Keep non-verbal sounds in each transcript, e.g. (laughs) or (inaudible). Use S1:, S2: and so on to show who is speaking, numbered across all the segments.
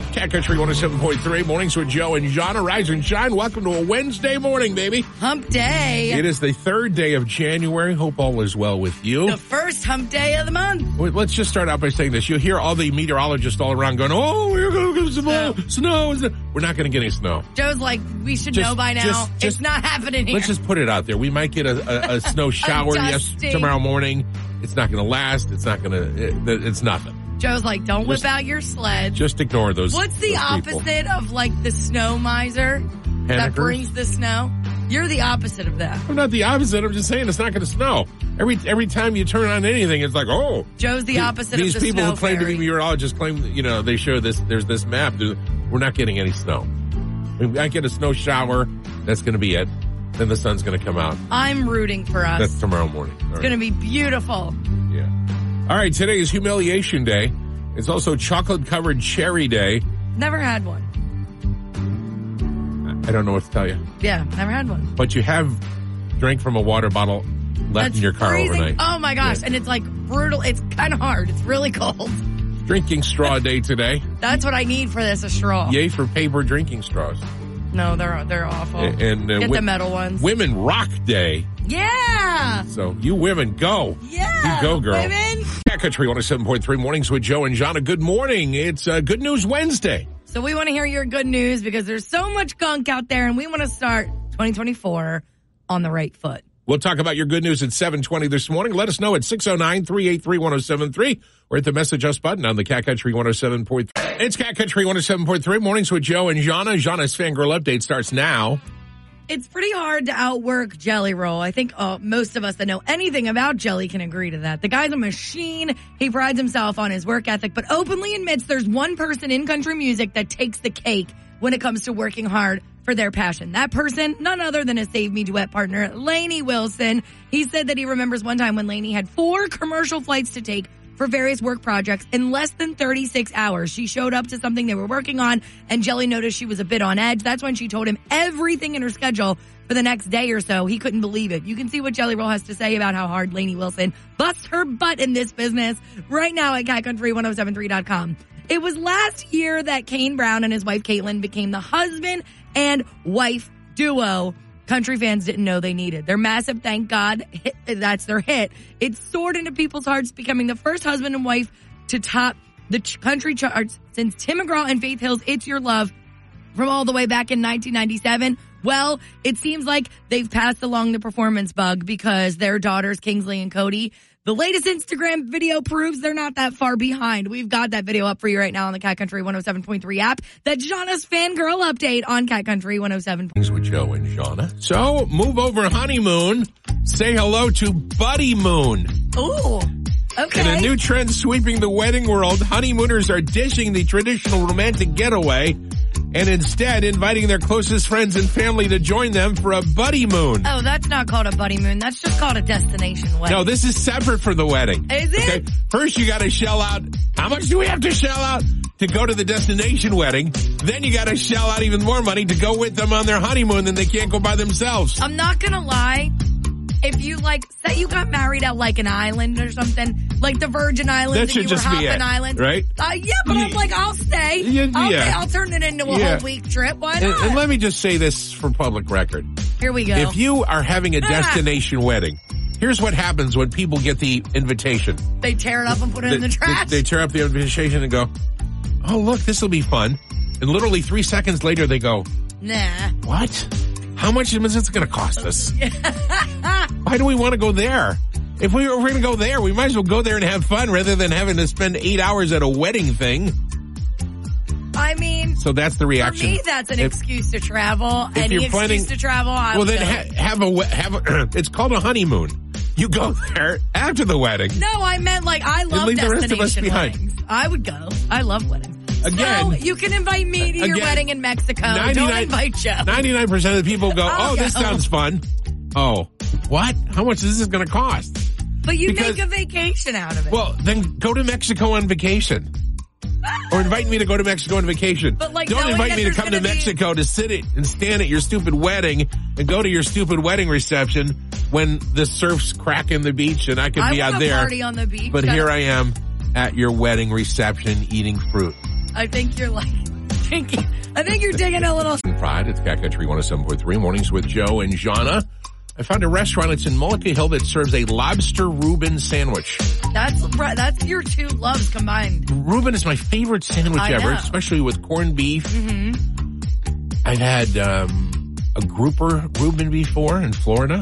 S1: Cat Country 107.3, Mornings with Joe and Jana. Rise and shine. Welcome to a Wednesday morning, baby.
S2: Hump day.
S1: It is the third day of January. Hope all is well with you.
S2: the first hump day of the month.
S1: Wait, Let's just start out by saying this. You'll hear all the meteorologists all around going, oh, we're going to get some snow. snow. snow." We're not going to get any snow.
S2: Joe's like, we should
S1: Just-
S2: know by now.
S1: just-
S2: it's
S1: just-
S2: not happening here.
S1: Let's just put it out there. We might get a, a, a
S2: (laughs)
S1: snow shower yes,
S2: dusting.
S1: tomorrow morning. It's not going to last. It's not going to, it, it's nothing.
S2: Joe's like, don't whip
S1: just-
S2: out your sled.
S1: Just ignore those.
S2: What's the
S1: those people.
S2: opposite of like the snow miser that
S1: Panickers?
S2: brings the snow? You're the opposite of that.
S1: I'm not the opposite. I'm just saying it's not going to snow. Every every time you turn on anything, it's like, oh,
S2: Joe's the opposite
S1: These
S2: of the
S1: people
S2: snow
S1: who claim to
S2: fairy.
S1: be meteorologists claim, that, you know, they show this. There's this map. dude, We're not getting any snow. We might get a snow shower. That's going to be it. Then the sun's going to come out.
S2: I'm rooting for us.
S1: That's tomorrow morning. All
S2: it's
S1: right.
S2: going to be beautiful.
S1: yeah. All right. Today is Humiliation Day. It's also Chocolate Covered Cherry Day.
S2: Never had one.
S1: I don't know what to tell you,
S2: Yeah, never had one.
S1: but you have drank from a water bottle left
S2: That's
S1: in your car
S2: freezing.
S1: overnight.
S2: Oh my gosh.
S1: Yeah.
S2: And it's like brutal. It's kind of hard. It's really cold.
S1: Drinking straw day today.
S2: That's what I need for this, a straw.
S1: Yay for paper drinking straws.
S2: No, they're they're awful.
S1: A- and, uh,
S2: Oh. Get
S1: wi-
S2: the metal ones.
S1: Women Rock Day.
S2: yeah.
S1: So you women go.
S2: Yeah.
S1: You go, girl.
S2: Women.
S1: Cat Country 107.3 Mornings with Joe and Jonna. Good morning. It's uh, Good News Wednesday.
S2: So we want to hear your good news because there's so much gunk out there and we want to start 2024 on the right foot.
S1: We'll talk about your good news at 720 this morning. Let us know at 609-383-1073 or at the Message Us button on the Cat Country 107.3. It's Cat Country 107.3 Mornings with Joe and Jonna. Jonna's Fangirl Update starts now.
S2: It's pretty hard to outwork Jelly Roll. I think uh, most of us that know anything about Jelly can agree to that. The guy's a machine. He prides himself on his work ethic, but openly admits there's one person in country music that takes the cake when it comes to working hard for their passion. That person, none other than his Save Me duet partner, Lainey Wilson. He said that he remembers one time when Lainey had four commercial flights to take for various work projects in less than 36 hours. She showed up to something they were working on, and Jelly noticed she was a bit on edge. That's when she told him everything in her schedule for the next day or so. He couldn't believe it. You can see what Jelly Roll has to say about how hard Lainey Wilson busts her butt in this business right now at catcountry1073.com. It was last year that Kane Brown and his wife Caitlin became the husband and wife duo country fans didn't know they needed. Their massive thank God, hit, that's their hit. It soared into people's hearts, becoming the first husband and wife to top the ch- country charts since Tim McGraw and Faith Hill's It's Your Love from all the way back in 1997. Well, it seems like they've passed along the performance bug because their daughters, Kingsley and Cody, the latest Instagram video proves they're not that far behind. We've got that video up for you right now on the Cat Country 107.3 app. That's Jana's fangirl update on Cat Country 107.
S1: Mornings with Joe and Jonna. So move over honeymoon. Say hello to Buddy Moon.
S2: Ooh. Okay.
S1: In a new trend sweeping the wedding world, honeymooners are dishing the traditional romantic getaway and instead inviting their closest friends and family to join them for a buddy moon.
S2: oh, that's not called a buddy moon. That's just called a destination wedding.
S1: No, this is separate from the wedding.
S2: Is it?
S1: First you gotta shell out, how much do we have to shell out to go to the destination wedding? Then you gotta shell out even more money to go with them on their honeymoon then they can't go by themselves.
S2: I'm not gonna lie. If you like, say you got married at like an island or something, like the Virgin Islands,
S1: That
S2: and
S1: should
S2: you
S1: just
S2: were
S1: be
S2: hopping
S1: it,
S2: islands,
S1: right?
S2: Uh, yeah, but I'm
S1: Yeah.
S2: like, I'll stay.
S1: Yeah,
S2: I'll,
S1: yeah.
S2: stay. I'll turn it into a
S1: Yeah.
S2: whole week trip. Why
S1: And,
S2: not?
S1: and let me just say this for public record.
S2: Here we go.
S1: If you are having a
S2: Ah.
S1: destination wedding, here's what happens when people get the invitation.
S2: they tear it up and put it in the
S1: they-
S2: trash.
S1: They, they tear up the invitation and go, "Oh, look, this will be fun." And literally three seconds later, they go,
S2: nah.
S1: "What? How much is this going to cost
S2: (laughs)
S1: us? Why do we want to go there? If we were going to go there, we might as well go there and have fun rather than having to spend eight hours at a wedding thing."
S2: I mean,
S1: So that's the
S2: for
S1: reaction.
S2: me, that's an
S1: If-
S2: excuse to travel.
S1: if
S2: Any
S1: you're planning-
S2: excuse to travel, I'm
S1: Well, then
S2: doing.
S1: ha- have a we- have a, (clears throat) it's called a honeymoon. You go (laughs) there after the wedding.
S2: No, I meant like I love
S1: leave the
S2: destination
S1: rest of us behind.
S2: weddings. I would go. I love weddings.
S1: Again-
S2: so you can invite me to your
S1: Again.
S2: wedding in Mexico. Don't
S1: 99
S2: invite Joe.
S1: 99% of the people go,
S2: I'll
S1: oh, this
S2: go."
S1: sounds fun. Oh, what? How much is this going to cost?
S2: But you
S1: because-
S2: make a vacation out of it.
S1: Well, then go to Mexico on vacation. Or invite me to go to Mexico on vacation.
S2: But, like,
S1: Don't
S2: knowing
S1: invite
S2: that
S1: me to
S2: there's
S1: come to
S2: gonna be-
S1: Mexico to sit it and stand at your stupid wedding and go to your stupid wedding reception when the surf's cracking the beach and I could
S2: I
S1: be
S2: want
S1: out
S2: to
S1: there.
S2: party on the beach.
S1: But here I am at your wedding reception eating fruit.
S2: I think you're like (laughs) think I think you're digging a little.
S1: Fried. It's Cat Country 107.3 Mornings with Joe and Jana. I found a restaurant. It's in Mullica Hill that serves a lobster Reuben sandwich.
S2: That's right. That's your two loves combined.
S1: Reuben is my favorite sandwich
S2: I
S1: ever,
S2: know. Mm-hmm.
S1: especially with corned beef. I've had um, a grouper Reuben before in Florida,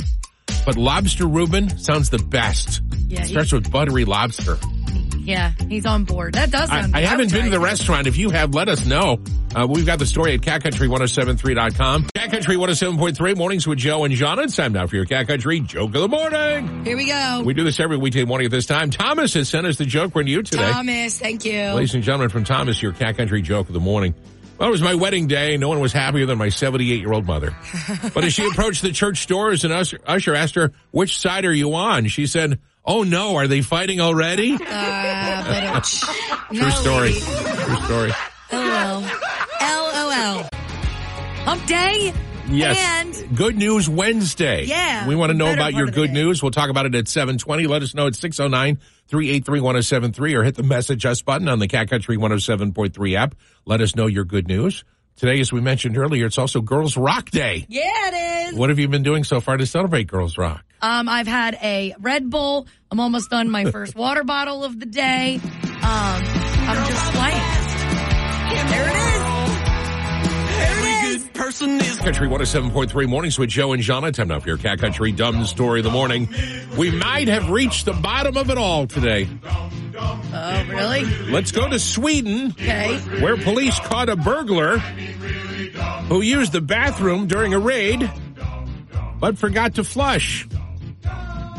S1: but lobster Reuben sounds the best.
S2: Yeah,
S1: it starts with buttery lobster.
S2: Yeah, he's on board. That does
S1: I,
S2: sound.
S1: I
S2: would
S1: haven't been
S2: try
S1: to the
S2: it.
S1: restaurant. If you have, let us know. Uh, we've got the story at catcountry1073.com. Cat Country 107.3 mornings with Joe and John. It's time now for your Cat Country joke of the morning.
S2: Here we go.
S1: We do this every weekday morning at this time. Thomas has sent us the joke. We're new today.
S2: Thomas, thank you.
S1: Ladies and gentlemen, from Thomas, your Cat Country joke of the morning. Well, it was my wedding day. No one was happier than my 78 year old mother. But as she approached the church doors, an usher, usher asked her, Which side are you on? She said, Oh no, are they fighting already?
S2: Uh, but it-
S1: (laughs) True
S2: No,
S1: story.
S2: lady.
S1: True story.
S2: LOL. LOL. Hump day.
S1: Yes.
S2: And
S1: good news Wednesday.
S2: Yeah,
S1: We want to know
S2: better
S1: about
S2: part
S1: your
S2: of the
S1: good
S2: day.
S1: news. We'll talk about it at 720. Let us know at 609-383-1073 or hit the message us button on the Cat Country 107.3 app. Let us know your good news. Today, as we mentioned earlier, it's also Girls Rock Day.
S2: yeah, it is.
S1: What have you been doing so far to celebrate Girls Rock?
S2: Um, I've had a Red Bull. I'm almost done my
S1: (laughs)
S2: first water bottle of the day. Um, I'm just playing. There it
S3: Every good person is
S1: Country 107.3 Mornings with Joe and Jana. Time now for your Cat Country Dumb Story of the Morning. We might have reached the bottom of it all today.
S2: is. Oh, really?
S1: Let's go to Sweden.
S2: Okay.
S1: where police caught a burglar who used the bathroom during a raid but forgot to flush.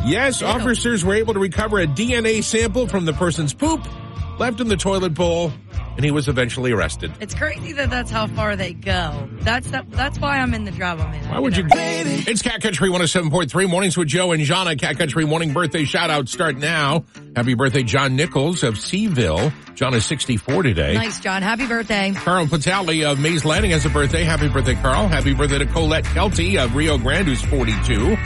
S1: Yes, officers were able to recover a DNA sample from the person's poop left in the toilet bowl, and he was eventually arrested.
S2: It's crazy that that's how far they go. That's that, that's why I'm in the job I'm in.
S1: Why would you? It's Cat Country 107.3 Mornings with Joe and Jana. Cat Country Morning Birthday Shout Out start now. Happy birthday, John Nichols of Seaville. John is 64 today.
S2: Nice, John. Happy birthday.
S1: Carl Patali of Mays Landing uh, has a birthday. Happy birthday, Carl. Happy birthday to Colette Kelty of Rio Grande, who's 42.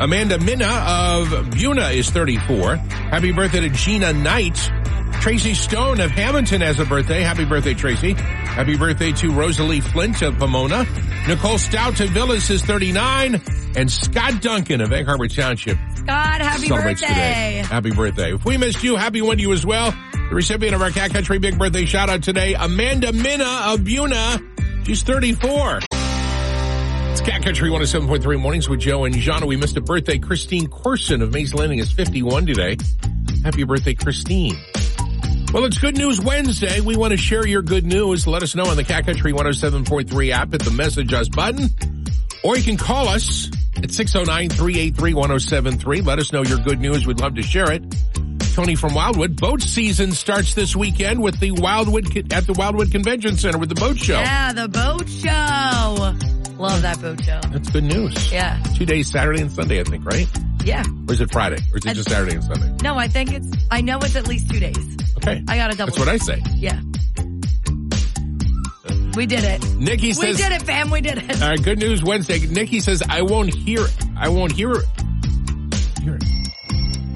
S1: Amanda Minna of Buna is 34. Happy birthday to Gina Knight. Tracy Stone of Hamilton has a birthday. Happy birthday, Tracy. Happy birthday to Rosalie Flint of Pomona. Nicole Stout of Villas is 39. And Scott Duncan of Egg Harbor Township
S2: Scott, happy
S1: celebrates
S2: birthday.
S1: today. Happy birthday. If we missed you, happy one to you as well. The recipient of our Cat Country Big Birthday shout out today, Amanda Minna of Buna. She's 34. It's Cat Country 107.3 Mornings with Joe and Jana. We missed a birthday. Christine Corson of Mays Landing is 51 today. Happy birthday, Christine. Well, it's Good News Wednesday. We want to share your good news. Let us know on the Cat Country 107.3 app at the message us button. Or you can call us at 609-383-1073. Let us know your good news. We'd love to share it. Tony from Wildwood. Boat season starts this weekend with the Wildwood at the Wildwood Convention Center with the boat show.
S2: Yeah, the boat show. Love that boat show.
S1: That's good news.
S2: Yeah.
S1: Two days, Saturday and Sunday, I think, right?
S2: Yeah.
S1: Or is it Friday? Or is it
S2: I-
S1: just Saturday and Sunday?
S2: No, I think it's, I know it's at least two days.
S1: Okay.
S2: I gotta double
S1: That's what I say.
S2: Yeah. We did it.
S1: Nikki
S2: We
S1: says,
S2: did it, fam. We did it.
S1: all right, good news Wednesday. Nikki says, I won't hear it. I won't hear it. Hear it.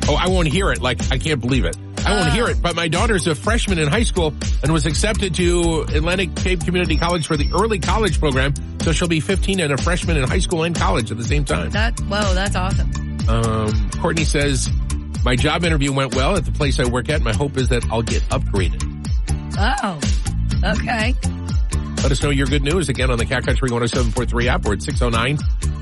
S1: Oh, I won't hear it. Like, I can't believe it. I won't
S2: Oh.
S1: hear it. But my daughter's a freshman in high school and was accepted to Atlantic Cape Community College for the early college program. So she'll be 15 and a freshman in high school and college at the same time.
S2: That, whoa, that's awesome.
S1: Um, Courtney says, my job interview went well at the place I work at. My hope is that I'll get upgraded.
S2: Oh, okay.
S1: Let us know your good news again on the Cat Country 107.3 app or at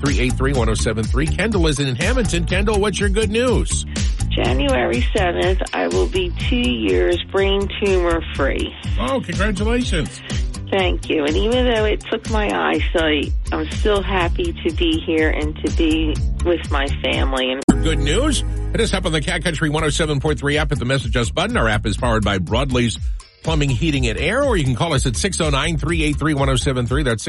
S1: 609-383-1073. Kendall is in Hamilton. Kendall, what's your good news?
S4: January 7th, I will be two years brain tumor free.
S1: Oh, congratulations.
S4: Thank you. And even though it took my eyesight, I'm still happy to be here and to be with my family and
S1: Good news. Hit us up on the Cat Country 107.3 app at the message us button. Our app is powered by Broadley's Plumbing, Heating, and Air, or you can call us at 609-383-1073. That's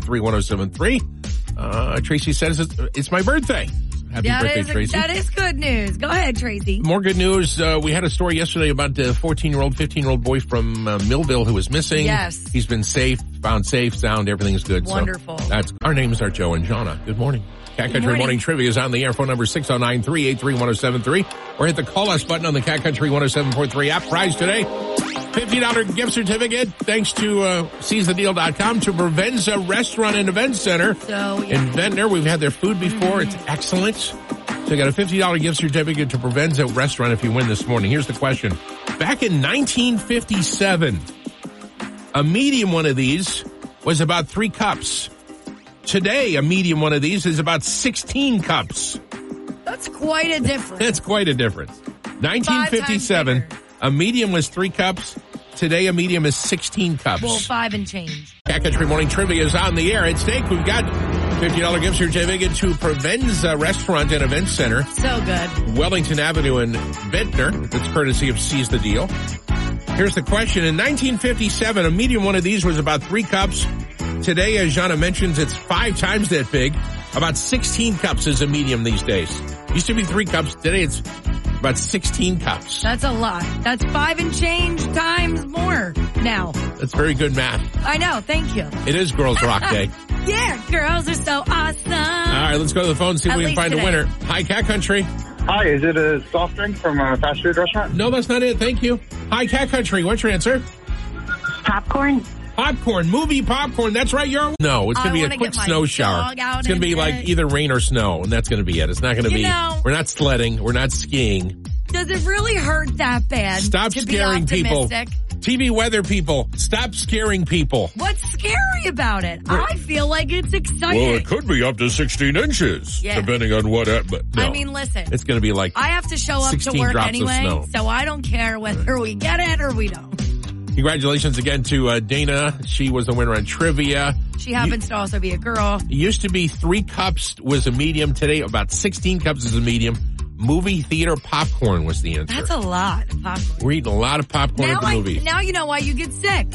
S1: 609-383-1073. Uh, Tracy says it's, it's my birthday. Happy
S2: That
S1: birthday,
S2: is,
S1: Tracy.
S2: that is good news. Go ahead, Tracy.
S1: More good news. Uh, we had a story yesterday about the 14 year old, 15 year old boy from uh, Millville who was missing.
S2: Yes.
S1: He's been safe, found safe, sound, everything's good. So
S2: Wonderful.
S1: that's our names are Joe and Jana. Good morning. Cat Country
S2: morning.
S1: Morning Trivia is on the air. Phone number 609 383 1073 or hit the call us button on the Cat Country 107.3 app. Prize today $50 gift certificate thanks to uh, seizethedeal.com to Provenza Restaurant and Event Center.
S2: So, yeah.
S1: In Ventnor, we've had their food before. It's excellent. So you got a $50 gift certificate to Provenza Restaurant if you win this morning. Here's the question. Back in 1957, a medium one of these was about three cups. Today, a medium one of these is about 16 cups. (laughs)
S2: That's quite a difference.
S1: That's quite a difference. 1957,
S2: bigger.
S1: a medium was three cups. Today, a medium is 16 cups.
S2: well, five and change.
S1: Backcountry Morning Trivia is on the air. At stake, we've got $50 gift certificate to Provenza Restaurant and Event Center,
S2: So good.
S1: Wellington Avenue in Ventnor. That's courtesy of Seize the Deal. Here's the question. In 1957, a medium one of these was about three cups. Today, as Jana mentions, it's five times that big. About 16 cups is a medium these days. Used to be three cups. Today, it's about 16 cups.
S2: That's a lot. That's five and change times more now.
S1: That's very good math.
S2: I know. Thank you.
S1: It is Girls Rock
S2: (laughs)
S1: Day.
S2: Yeah, girls are so awesome.
S1: All right, let's go to the phone see if
S2: At
S1: we can
S2: least
S1: find a
S2: today.
S1: winner. Hi, Cat Country.
S5: Hi, is it a soft drink from a fast food restaurant?
S1: No, that's not it. Thank you. Hi, Cat Country. What's your answer?
S6: Popcorn?
S1: Popcorn, movie popcorn. That's right. You're no. It's
S2: I
S1: gonna be a
S2: wanna
S1: quick
S2: get my
S1: snow shower.
S2: dog out
S1: It's gonna
S2: in
S1: be like
S2: it.
S1: either rain or snow, and that's gonna be it. It's not gonna
S2: You
S1: be.
S2: know-
S1: We're not sledding. We're not skiing.
S2: Does it really hurt that bad?
S1: Stop
S2: to
S1: scaring
S2: be
S1: people.
S2: optimistic?
S1: TV weather people, stop scaring people.
S2: What's scary about it? I feel like it's exciting.
S1: could be up to 16 inches,
S2: Yeah.
S1: depending on what. But no.
S2: I mean, listen,
S1: it's gonna be like
S2: I have to show up to
S1: 16
S2: work
S1: drops of
S2: anyway,
S1: snow.
S2: so I don't care whether we get it or we don't.
S1: Congratulations again to uh, Dana. She was the winner on trivia.
S2: She happens to also be a girl.
S1: It used to be three cups was a medium. Today, about 16 cups is a medium. Movie theater popcorn was the answer.
S2: That's a lot of popcorn.
S1: We're eating a lot of popcorn
S2: Now,
S1: at the
S2: I,
S1: movies.
S2: now you know why you get sick.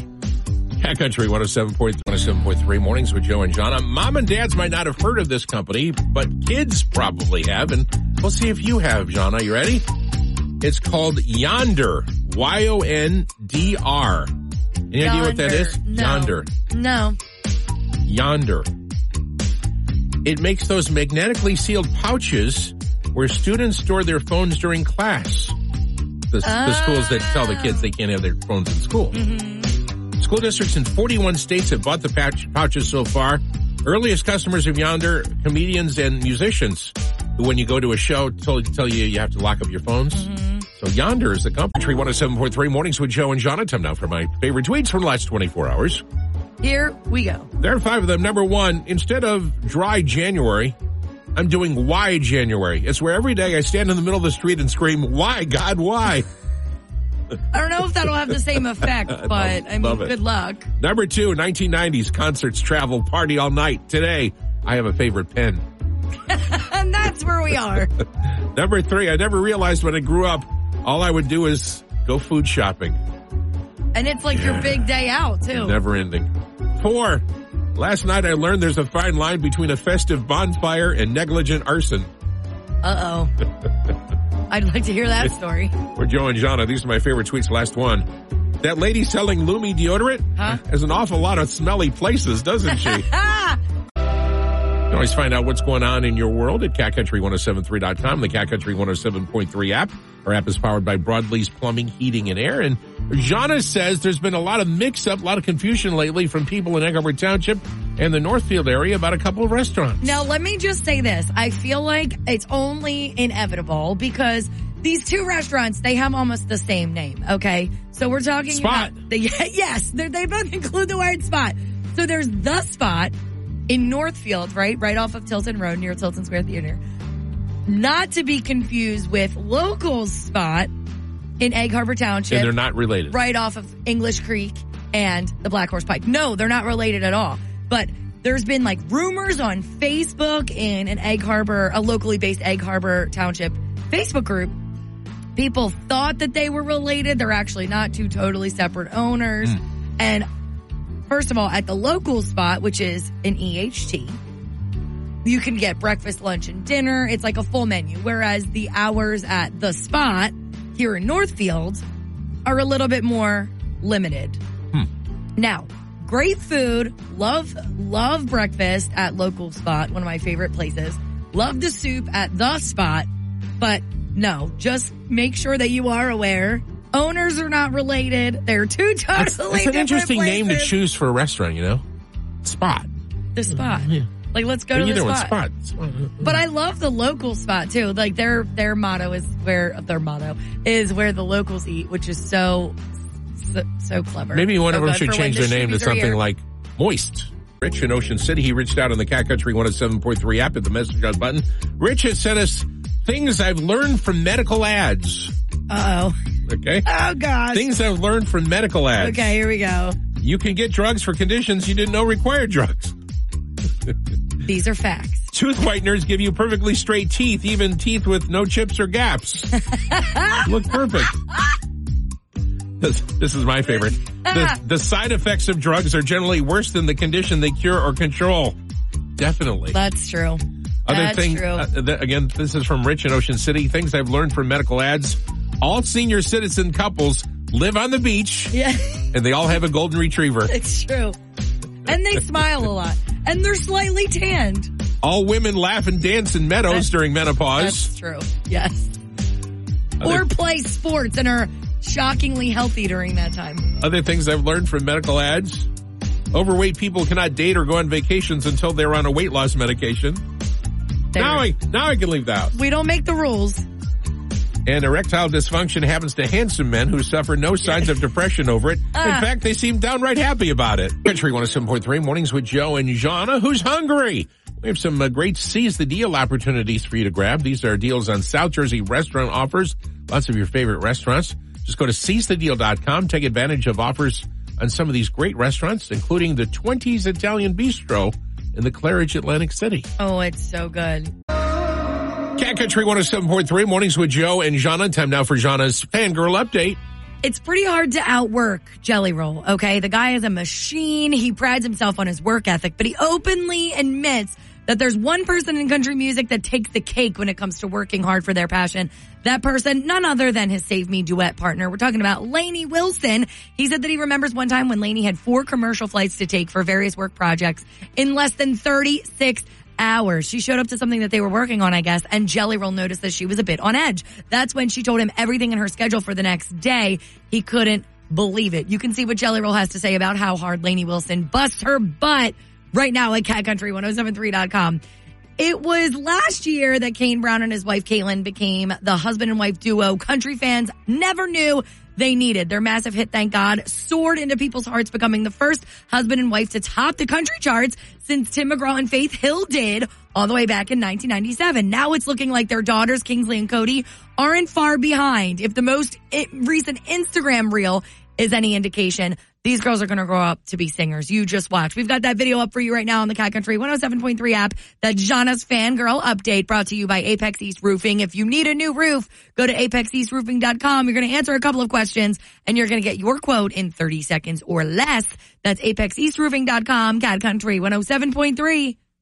S1: Cat Country 107.3, 107.3 mornings with Joe and Jonna. Mom and dads might not have heard of this company, but kids probably have. And we'll see if you have, Jonna. You ready? It's called Yonder. Y-O-N-D-R. Any idea what that
S2: Yonder.
S1: is? Yonder.
S2: No. No.
S1: Yonder. It makes those magnetically sealed pouches where students store their phones during class. The, the schools that tell the kids they can't have their phones in school. School districts in 41 states have bought the pouch, pouches so far. Earliest customers of Yonder, comedians and musicians, who when you go to a show tell, tell you you have to lock up your phones. So Yonder is the company. 107.3 Mornings with Joe and Jonathan. Now for my favorite tweets from the last 24 hours.
S2: Here we go.
S1: There are five of them. Number one, instead of dry January, I'm doing why January. It's where every day I stand in the middle of the street and scream, why, God, why?
S2: I don't know if that'll have
S1: (laughs)
S2: the same effect, but I mean,
S1: love it.
S2: good luck.
S1: Number two, 1990s concerts, travel, party all night. Today, I have a favorite pen.
S2: And that's where we are.
S1: Number three, I never realized when I grew up, all I would do is go food shopping.
S2: And it's like your big day out, too.
S1: Never ending. Four, last night I learned there's a fine line between a festive bonfire and negligent arson.
S2: Uh oh. I'd like to hear that story.
S1: We're Joe and Jana. These are my favorite tweets. Last one. That lady selling Lumi deodorant
S2: Huh?
S1: has an awful lot of smelly places, doesn't
S2: (laughs)
S1: she? you
S2: Ah!
S1: can always find out what's going on in your world at catcountry1073.com, the Cat Country 107.3 app. Our app is powered by Broadlee's Plumbing, Heating, and Air. And Jana says there's been a lot of mix up, a lot of confusion lately from people in Eggarwood Township and the Northfield area about a couple of restaurants.
S2: Now, let me just say this. I feel like it's only inevitable because these two restaurants, they have almost the same name, okay? So we're talking
S1: Spot.
S2: about the (laughs) yes, they're- they both include the word spot. So there's the spot in Northfield, right? Right off of Tilton Road near Tilton Square Theater. Not to be confused with local spot in Egg Harbor Township.
S1: And they're not related.
S2: right off of English Creek and the Black Horse Pike. No, they're not related at all. But there's been like rumors on Facebook in an Egg Harbor, a locally based Egg Harbor Township Facebook group. People thought that they were related. They're actually not two totally separate owners. And first of all, at the local spot, which is an E EHT, you can get breakfast, lunch, and dinner. It's like a full menu. Whereas the hours at the spot here in Northfield are a little bit more limited.
S1: Hmm.
S2: Now, great food. Love, love breakfast at local spot. One of my favorite places. Love the soup at the spot. But no, just make sure that you are aware Owners are not related. They're two totally (laughs)
S1: That's, that's an
S2: different
S1: interesting name to
S2: places.
S1: choose for a restaurant, you know? Spot.
S2: The spot. Like let's go to the
S1: Either one,
S2: spot.
S1: spot. Spot.
S2: But I love the local spot too. Like their their motto is where their motto is where the locals eat, which is so so, so clever.
S1: Maybe one
S2: So
S1: of them
S2: good
S1: should
S2: for when
S1: change
S2: the
S1: their name to
S2: shooties are
S1: something
S2: here.
S1: like Moist. Rich in Ocean City, he reached out on the Cat Country 107.3 app at the message on button. Rich has sent us things I've learned from medical ads.
S2: Uh oh.
S1: Okay?
S2: Oh gosh.
S1: Things I've learned from medical ads.
S2: Okay, here we go.
S1: You can get drugs for conditions you didn't know required drugs.
S2: These are facts.
S1: Tooth whiteners give you perfectly straight teeth, even teeth with no chips or
S2: (laughs)
S1: gaps. Look perfect. This, this is my favorite. The, the side effects of drugs are generally worse than the condition they cure or control. Definitely.
S2: That's true. (laughs) That's
S1: thing-
S2: true.
S1: uh, th- again, this is from Rich in Ocean City. Things I've learned from medical ads. All senior citizen couples live on the beach
S2: yeah,
S1: and they all have a golden retriever.
S2: it's true. And they smile a lot. And they're slightly tanned.
S1: All women laugh and dance in meadows during menopause.
S2: That's true. Yes.
S1: Other-
S2: Or play sports and are shockingly healthy during that time.
S1: Other things I've learned from medical ads. Overweight people cannot date or go on vacations until they're on a weight loss medication.
S2: There.
S1: Now I, now I can leave that. out.
S2: we don't make the rules.
S1: And erectile dysfunction happens to handsome men who suffer no signs of depression over it. In
S2: Ah.
S1: fact, they seem downright happy about it. Country 107.3 mornings with Joe and Jana, who's hungry. We have some uh, great seize the deal opportunities for you to grab. These are deals on South Jersey restaurant offers. Lots of your favorite restaurants. Just go to seizethedeal.com. Take advantage of offers on some of these great restaurants, including the 20s Italian Bistro in the Claridge Atlantic City.
S2: Oh, it's so good.
S1: Cat Country 107.3 mornings with Joe and Jana. Time now for Jana's fangirl update.
S2: It's pretty hard to outwork Jelly Roll, okay? The guy is a machine. He prides himself on his work ethic, but he openly admits that there's one person in country music that takes the cake when it comes to working hard for their passion. That person, none other than his Save Me duet partner. We're talking about Lainey Wilson. He said that he remembers one time when Lainey had four commercial flights to take for various work projects in less than 36 hours. She showed up to something that they were working on, I guess, and Jelly Roll noticed that she was a bit on edge. That's when she told him everything in her schedule for the next day. He couldn't believe it. You can see what Jelly Roll has to say about how hard Lainey Wilson busts her butt right now at catcountry1073.com. It was last year that Kane Brown and his wife Caitlin became the husband and wife duo country fans never knew they needed. Their massive hit, Thank God, soared into people's hearts, becoming the first husband and wife to top the country charts since Tim McGraw and Faith Hill did all the way back in 1997. Now it's looking like their daughters, Kingsley and Cody, aren't far behind. If the most i- recent Instagram reel is any indication, these girls are going to grow up to be singers. You just watch. We've got that video up for you right now on the Cat Country 107.3 app. That Jana's Fangirl Update brought to you by Apex East Roofing. If you need a new roof, go to apexeastroofing.com. You're going to answer a couple of questions and you're going to get your quote in 30 seconds or less. That's apexeastroofing.com, Cat Country 107.3.